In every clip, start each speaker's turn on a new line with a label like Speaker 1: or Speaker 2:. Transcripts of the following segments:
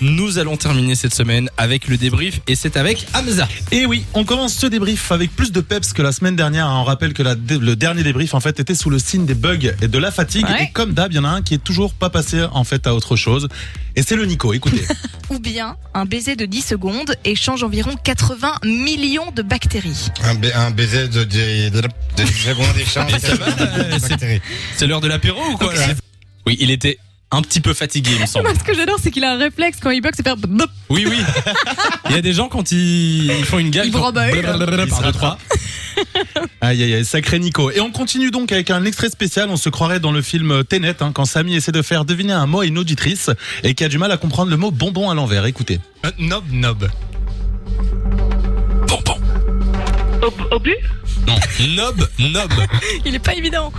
Speaker 1: Nous allons terminer cette semaine avec le débrief et c'est avec Hamza.
Speaker 2: Et oui, on commence ce débrief avec plus de peps que la semaine dernière. hein. On rappelle que la dé- le dernier débrief en fait était sous le signe des bugs et de la fatigue.
Speaker 3: Ouais.
Speaker 2: Et comme d'hab, il y en a un qui est toujours pas passé en fait à autre chose. Et c'est le Nico. Écoutez,
Speaker 3: Ou bien un baiser de 10 secondes échange environ 80 millions de bactéries.
Speaker 4: Un, ba- un baiser de, de, de, de secondes d'échange.
Speaker 1: Mais ça va, euh, c'est-
Speaker 4: Bactéries.
Speaker 1: C'est l'heure de l'apéro ou quoi là Oui, il était un petit peu fatigué, il me semble.
Speaker 5: Moi, ce que j'adore, c'est qu'il a un réflexe quand il bug, c'est faire. bop.
Speaker 1: Oui, oui. Il y a des gens quand ils, ils font une gaffe.
Speaker 5: Ils brobeulent.
Speaker 1: Par deux, trois.
Speaker 2: aïe aïe aïe, sacré Nico. Et on continue donc avec un extrait spécial. On se croirait dans le film Tenet hein, quand Samy essaie de faire deviner un mot à une auditrice et qui a du mal à comprendre le mot bonbon à l'envers. Écoutez.
Speaker 4: Euh, Nob, nob.
Speaker 1: Bon, bon. Obus Non. Nob, nob.
Speaker 5: Il est pas évident.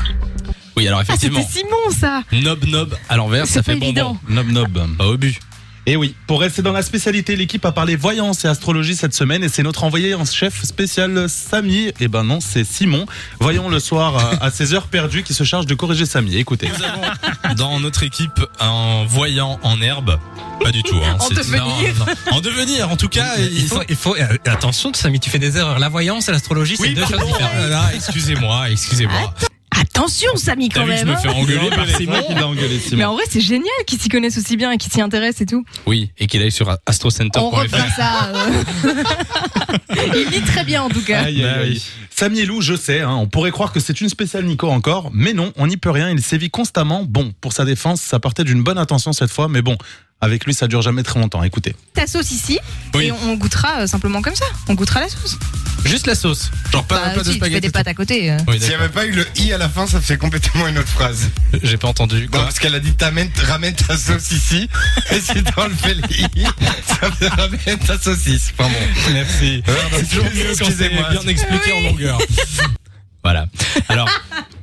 Speaker 1: Oui, alors
Speaker 5: Ah, c'était
Speaker 1: effectivement,
Speaker 5: Simon, ça.
Speaker 1: nob, nob à l'envers,
Speaker 5: C'est
Speaker 1: ça fait
Speaker 5: pas
Speaker 1: bonbon.
Speaker 5: évident.
Speaker 1: Nob, nob. Pas obus.
Speaker 2: Et Eh oui, pour rester dans la spécialité, l'équipe a parlé voyance et astrologie cette semaine et c'est notre envoyé en chef spécial Samy. Et ben non, c'est Simon. Voyons le soir à- à 16 heures perdues qui se charge de corriger Samy. Écoutez.
Speaker 1: Nous avons dans notre équipe un voyant en herbe. Pas du tout. Hein,
Speaker 5: En
Speaker 1: c'est-
Speaker 5: devenir.
Speaker 1: Non, non. En devenir, en tout cas.
Speaker 6: Il faut, il faut euh, attention, Samy, tu fais des erreurs. La voyance et l'astrologie, c'est
Speaker 1: Oui,
Speaker 6: deux
Speaker 1: pardon.
Speaker 6: choses différentes.
Speaker 1: Voilà, excusez-moi, excusez-moi.
Speaker 5: Attention, Samy,
Speaker 1: T'as
Speaker 5: Ah, quand
Speaker 1: vu, je
Speaker 5: même.
Speaker 1: me
Speaker 5: hein.
Speaker 1: fais engueuler par Simon.
Speaker 2: Il a engueulé
Speaker 5: Mais
Speaker 2: Simon.
Speaker 5: en vrai, c'est génial qu'ils s'y connaissent aussi bien et qu'ils s'y intéressent et tout.
Speaker 1: Oui, et qu'il aille sur
Speaker 5: On
Speaker 1: astrocenter.fr.
Speaker 5: reprend ça. euh. il lit très bien, en tout cas.
Speaker 2: Aïe, aïe,
Speaker 1: Bah
Speaker 2: aïe. Samy et Lou, je sais, hein, on pourrait croire que c'est une spéciale Nico encore, mais non, on n'y peut rien, il sévit constamment. Bon, pour sa défense, ça partait d'une bonne intention cette fois, mais bon, avec lui, ça dure jamais très longtemps. Écoutez.
Speaker 3: Ta sauce ici
Speaker 1: Oui.
Speaker 3: et on goûtera euh, simplement comme ça. On goûtera la sauce.
Speaker 1: Juste la sauce. Genre pas,
Speaker 3: Bah,
Speaker 1: pas de
Speaker 3: si, tu fais des
Speaker 1: spaghettis.
Speaker 3: pâtes à côté. euh.
Speaker 1: Oui,
Speaker 4: S'il n'y avait pas eu le i à la fin, ça fait complètement une autre phrase.
Speaker 1: d'accord. J'ai pas entendu.
Speaker 4: Non,
Speaker 1: Quoi
Speaker 4: parce qu'elle a dit t'amènes- ramène ta sauce ici. Et si t'enlevais le i, ça fait ramène ta saucisse. Enfin bon. Euh, bah,
Speaker 1: Merci.
Speaker 4: C'est toujours mieux quand c'est
Speaker 1: Excusez-moi. Bien expliqué en longueur. voilà. Alors.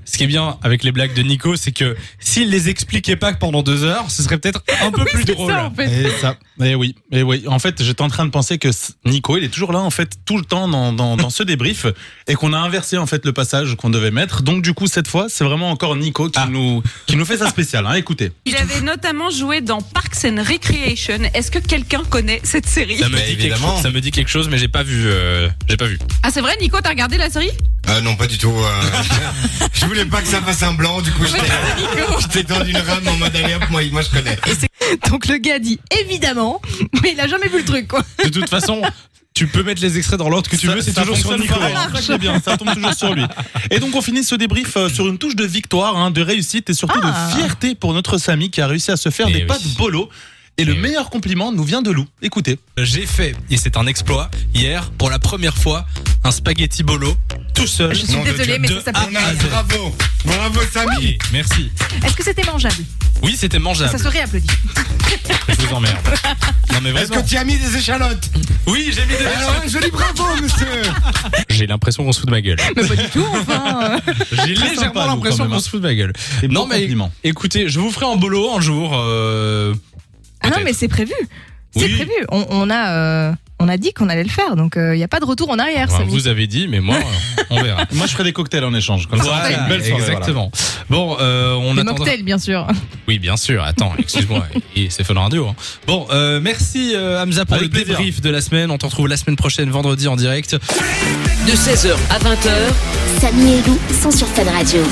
Speaker 1: Ce qui est bien avec les blagues de Nico, c'est que s'il les expliquait pas pendant deux heures, ce serait peut-être un peu plus
Speaker 5: C'est
Speaker 1: drôle.
Speaker 5: ça, en fait.
Speaker 2: Et Eh, ça, et oui, et oui. En fait, j'étais en train de penser que s- Nico, il est toujours là, en fait, tout le temps dans, dans, dans ce débrief, et qu'on a inversé, en fait, le passage qu'on devait mettre. Donc, du coup, cette fois, c'est vraiment encore Nico
Speaker 1: Ah.
Speaker 2: qui, nous, qui nous fait sa spéciale. Hein. Écoutez.
Speaker 7: Il avait notamment joué dans Parks and Recreation. Est-ce que quelqu'un connaît cette série
Speaker 1: Ça me,
Speaker 4: Bah,
Speaker 1: dit quelque
Speaker 4: évidemment.
Speaker 1: chose, ça me dit quelque chose, mais j'ai pas vu. euh, j'ai pas vu.
Speaker 7: Ah c'est vrai Nico, t'as regardé la série
Speaker 4: Euh, non, pas du tout. euh, je voulais pas que ça fasse un blanc, du coup, j'étais j'étais dans une rame en mode allez hop, moi, moi je connais.
Speaker 5: Donc le gars dit évidemment, mais il a jamais vu le truc, quoi.
Speaker 1: De toute façon, tu peux mettre les extraits dans l'ordre que tu
Speaker 2: Ça-
Speaker 1: veux, c'est
Speaker 2: ça
Speaker 1: toujours sur
Speaker 2: fonctionne
Speaker 1: Nico.
Speaker 2: pareil,
Speaker 1: hein.
Speaker 2: c'est ça qui est bien, ça tombe toujours sur lui. Et donc, on finit ce débrief euh, sur une touche de victoire, hein, de réussite et surtout
Speaker 3: Ah.
Speaker 2: de fierté pour notre Samy qui a réussi à se faire
Speaker 1: Eh
Speaker 2: des
Speaker 1: oui.
Speaker 2: pâtes bolo. Et le
Speaker 1: Eh oui.
Speaker 2: meilleur compliment nous vient de Lou. Écoutez.
Speaker 1: J'ai fait, et c'est un exploit, hier, pour la première fois, un spaghetti bolo tout seul.
Speaker 3: Je suis
Speaker 4: Nom de
Speaker 3: désolée,
Speaker 4: Dieu.
Speaker 3: mais
Speaker 1: De
Speaker 3: ça
Speaker 1: Ah,
Speaker 4: On
Speaker 3: s'appelle.
Speaker 4: a- bravo, bravo Samy.
Speaker 1: Oui, merci.
Speaker 3: Est-ce que c'était mangeable
Speaker 1: Oui, c'était
Speaker 3: Ça
Speaker 1: mangeable.
Speaker 3: se réapplaudit.
Speaker 1: Je vous emmerde. Non mais
Speaker 4: Est-ce que
Speaker 1: vraiment.
Speaker 4: tu as mis des échalotes
Speaker 1: Oui, j'ai mis des
Speaker 4: Alors, un joli bravo, monsieur.
Speaker 1: J'ai l'impression qu'on se fout de ma gueule.
Speaker 5: Mais pas du tout, enfin. euh.
Speaker 1: J'ai
Speaker 2: sympa,
Speaker 1: légèrement
Speaker 2: nous, quand
Speaker 1: l'impression
Speaker 2: même, hein.
Speaker 1: qu'on se fout de ma gueule.
Speaker 2: Et
Speaker 1: Non
Speaker 2: bon
Speaker 1: mais
Speaker 2: compliment.
Speaker 1: écoutez, je vous ferai un bolo un jour. euh,
Speaker 3: Ah non,
Speaker 1: peut-être.
Speaker 3: mais c'est prévu. C'est
Speaker 1: Oui.
Speaker 3: prévu. On, on a, euh, on a dit qu'on allait le faire, donc il n'y a pas de retour en arrière.
Speaker 1: Enfin,
Speaker 3: Samy.
Speaker 1: Ah, vous avez dit, mais moi, euh, on verra.
Speaker 2: Moi, je ferai des cocktails en échange. Comme ça, on fait
Speaker 1: Voilà,
Speaker 2: une belle soirée. voilà.
Speaker 1: exactement. Bon, euh, on
Speaker 5: Le
Speaker 1: attendra.
Speaker 5: mocktail, bien sûr.
Speaker 1: Oui, bien sûr. Attends, excuse-moi. Et c'est Fun Radio. hein. Bon, euh, merci euh, Hamza pour
Speaker 2: Avec
Speaker 1: le
Speaker 2: plaisir.
Speaker 1: débrief de la semaine. On te retrouve la semaine prochaine, vendredi en direct.
Speaker 8: De 16h à 20h,
Speaker 9: Samy et Lou sont sur Fan Radio.